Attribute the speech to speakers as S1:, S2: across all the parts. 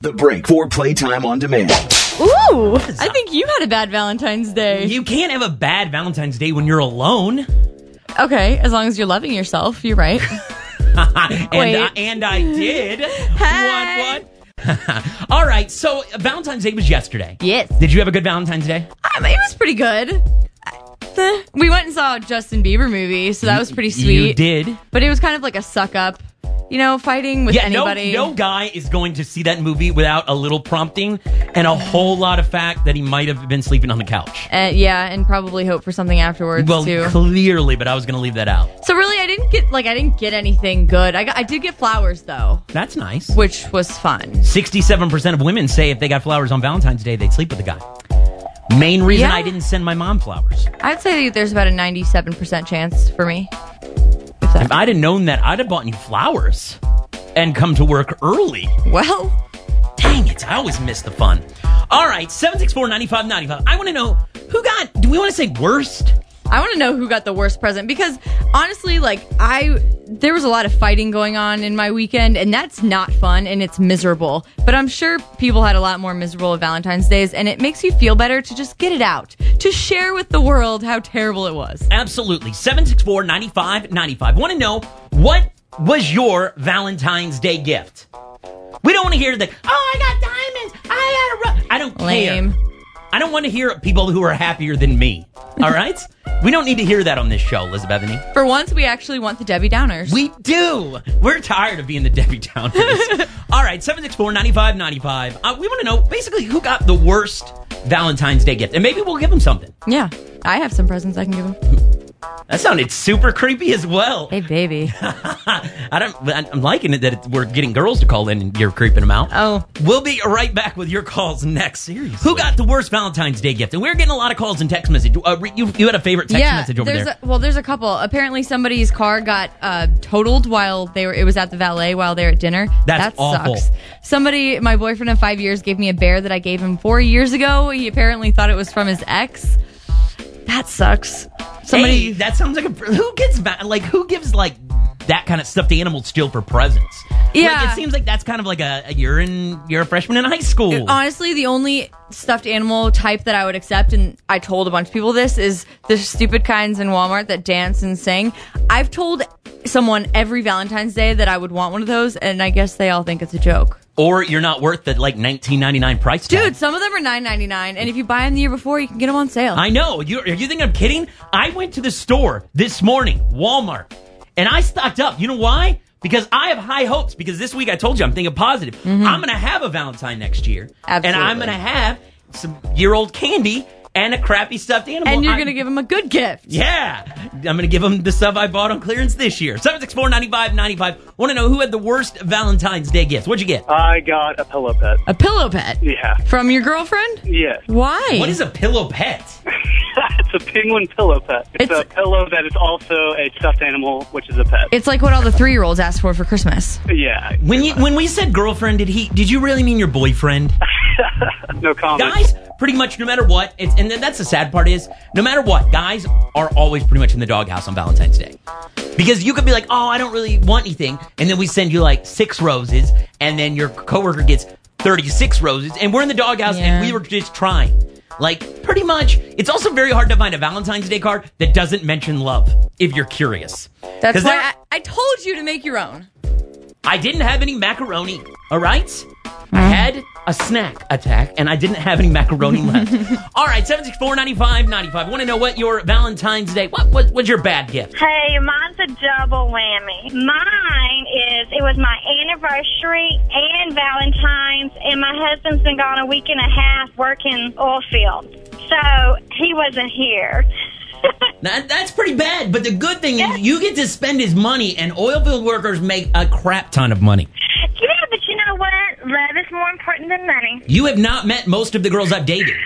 S1: The break for playtime on demand.
S2: Ooh, I think you had a bad Valentine's Day.
S3: You can't have a bad Valentine's Day when you're alone.
S2: Okay, as long as you're loving yourself, you're right.
S3: and,
S2: Wait.
S3: I, and I did. What, what? All right, so Valentine's Day was yesterday.
S2: Yes.
S3: Did you have a good Valentine's Day?
S2: I mean, it was pretty good. Uh, We went and saw a Justin Bieber movie, so that was pretty sweet.
S3: You did.
S2: But it was kind of like a suck up, you know, fighting with
S3: Yeah,
S2: anybody.
S3: no, no guy is going to see that movie without a little prompting and a whole lot of fact that he might have been sleeping on the couch.
S2: Uh, yeah, and probably hope for something afterwards
S3: Well,
S2: too.
S3: clearly, but I was going to leave that out.
S2: so really, I didn't get like I didn't get anything good. I got, I did get flowers though,
S3: That's nice.
S2: which was fun.
S3: Sixty-seven percent of women say if they got flowers on Valentine's Day, they'd sleep with a guy. Main reason
S2: Yeah.
S3: I didn't send my mom flowers.
S2: I'd say there's about a 97% chance for me. If
S3: If
S2: that,
S3: I'd have known that, I'd have bought you flowers and come to work early.
S2: well,
S3: Dang it, I always miss the fun. All right, 764-9595. I want to know who got do we want to say worst?
S2: I want to know who got the worst present because honestly, like I there was a lot of fighting going on in my weekend and that's not fun and it's miserable. But I'm sure people had a lot more miserable Valentine's days and it makes you feel better to just get it out, to share with the world how terrible it was.
S3: Absolutely. 764-9595. Want to know what was your Valentine's Day gift? We don't want to hear the oh I got diamonds. I got a ru-" I don't
S2: Lame.
S3: care. I don't want to hear people who are happier than me. All right? we don't need to hear that on this show, Elizabeth.
S2: For once, we actually want the Debbie Downers.
S3: We do. We're tired of being the Debbie Downers. All right, 764-9595. Uh, we want to know basically who got the worst Valentine's Day gift. And maybe we'll give them something.
S2: yeah, I have some presents I can give them.
S3: That sounded super creepy as well.
S2: Hey, baby.
S3: I don't I- I'm liking it that it, we're getting girls to call in and you're creeping them out.
S2: Oh.
S3: We'll be right back with your calls next. Seriously. Who got the worst Valentine's Day gift? And we're getting a lot of calls and text message. Uh, re- you, you had a favorite text message over
S2: there's
S3: there.
S2: A, well, there's a couple. Apparently, somebody's car got uh, totaled while they were. It was at the valet while they were at dinner. that
S3: That's awful.
S2: sucks. Somebody, my boyfriend of five years, gave me a bear that I gave him four years ago. He apparently thought it was from his ex. That sucks. Somebody.
S3: Somebody that sounds like a who gets va- like who gives like that kind of stuffed animal still for presents. like,
S2: Yeah.
S3: it seems like that's kind of like a, a you're in you're a freshman in high school.
S2: Honestly, the only stuffed animal type that I would accept, and I told a bunch of people this, is the stupid kinds in Walmart that dance and sing. I've told someone every Valentine's Day that I would want one of those, and I guess they all think it's a joke.
S3: or you're not worth the like 19.99 price tag.
S2: Dude, some of them are nine ninety nine, and if you buy them the year before, you can get them on sale.
S3: I know. You, are you think I'm kidding? I went to the store this morning, Walmart, and I stocked up. You know why? Because I have high hopes. Because this week I told you I'm thinking positive. I'm going to have a Valentine next year, and I'm
S2: Mm-hmm. Absolutely.
S3: going to have some year old candy and a crappy stuffed animal.
S2: and you're
S3: I-
S2: gonna give them a good gift.
S3: Yeah. I'm going to give them the stuff I bought on clearance this year. 764 95 Want to know who had the worst Valentine's Day gifts? What'd you get?
S4: I got a pillow pet.
S2: A pillow pet
S4: Yeah.
S2: from your girlfriend.
S4: Yeah.
S2: Why?
S3: What is a pillow pet?
S4: it's a penguin pillow pet. It's,
S2: It's-
S4: a pillow that is also a stuffed animal, which is a pet.
S2: It's like what all the three year olds ask for for Christmas.
S4: yeah.
S3: When you when we said girlfriend, did he did you really mean your boyfriend?
S4: No comment.
S3: guys pretty much no matter what it's and that's the sad part is no matter what guys are always pretty much in the doghouse on valentine's day because you could be like oh i don't really want anything and then we send you like six roses and then your coworker gets 36 roses and we're in the doghouse
S2: Yeah.
S3: and we were just trying like pretty much it's also very hard to find a valentine's day card that doesn't mention love if you're curious
S2: That's
S3: 'Cause
S2: why
S3: there-
S2: I, I told you to make your own.
S3: I didn't have any macaroni. All right? I had a snack attack and I didn't have any macaroni left. all right, 764 95 95. Want to know what your Valentine's Day, what was what's your bad gift?
S5: Hey, mine's a double whammy. Mine is it was my anniversary and Valentine's, and my husband's been gone a week and a half working oil field, so he wasn't here.
S3: That, that's pretty bad, but the good thing is you get to spend his money and oil field workers make a crap ton of money.
S5: yeah, but you know what? Love is more important than money.
S3: You have not met most of the girls I've dated.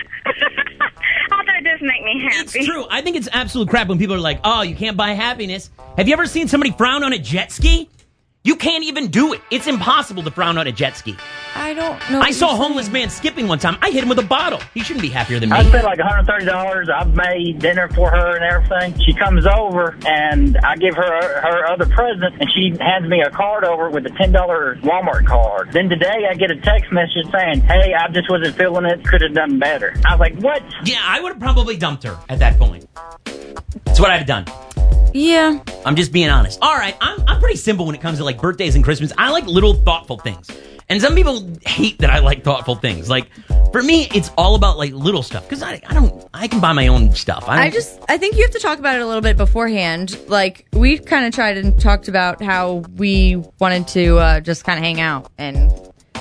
S5: Although it does make me
S3: It's
S5: happy.
S3: true. I think it's absolute crap when people are like, oh, you can't buy happiness. Have you ever seen somebody frown on a jet ski? You can't even do it. It's impossible to frown on a jet ski.
S2: I don't know.
S3: I
S2: what
S3: saw a
S2: you're
S3: homeless
S2: saying.
S3: man skipping one time. I hit him with a bottle. He shouldn't be happier than
S6: I
S3: me.
S6: spent like $130. I've made dinner for her and everything. She comes over and I give her her other present and she hands me a card over with a $10 Walmart card. Then today I get a text message saying, hey, I just wasn't feeling it. Could have done better. I was like, what?
S3: Yeah, I would have probably dumped her at that point. That's what I'd have done.
S2: Yeah.
S3: I'm just being honest. All right, I'm, I'm pretty simple when it comes to like birthdays and Christmas. I like little thoughtful things. And some people hate that I like thoughtful things. Like, for me, it's all about like little stuff because I, I don't, I can buy my own stuff. I, don't,
S2: I just I think you have to talk about it a little bit beforehand. Like we kind of tried and talked about how we wanted to uh, just kind of hang out and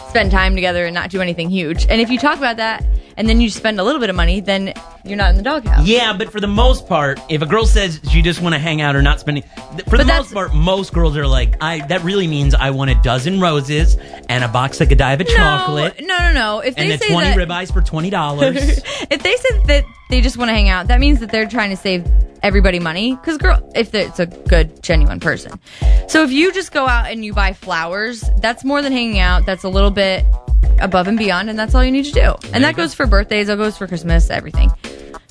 S2: spend time together and not do anything huge. And if you talk about that and then you spend a little bit of money, then you're not in the doghouse.
S3: Yeah, but for the most part, if a girl says you just want to hang out or not spending, th- for the
S2: But that's-
S3: most part, most girls are like, I. That really means I want a dozen roses and a box of Godiva
S2: No,
S3: chocolate
S2: no, no, no. If
S3: and
S2: they
S3: the
S2: say
S3: twenty
S2: that,
S3: ribeyes for twenty dollars.
S2: if they said that they just want to hang out, that means that they're trying to save everybody money. Because girl, if it's a good, genuine person, so if you just go out and you buy flowers, that's more than hanging out. That's a little bit above and beyond, and that's all you need to do. And that goes for birthdays, that goes for Christmas, everything.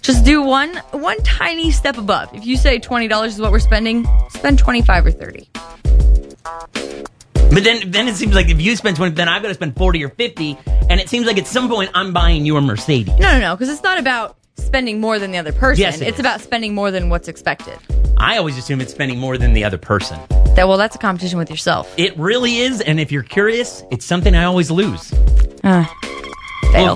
S2: Just do one one tiny step above. If you say twenty dollars is what we're spending, spend twenty five or thirty.
S3: but then, then it seems like if you spend twenty, then I've got to spend forty or fifty, and it seems like at some point I'm buying you a Mercedes.
S2: No, no, no, because it's not about spending more than the other person.
S3: Yes, it
S2: it's
S3: is.
S2: about spending more than what's expected.
S3: I always assume it's spending more than the other person.
S2: That well, that's a competition with yourself.
S3: It really is, and if you're curious, it's something I always lose.
S2: Uh, fail.
S3: Well,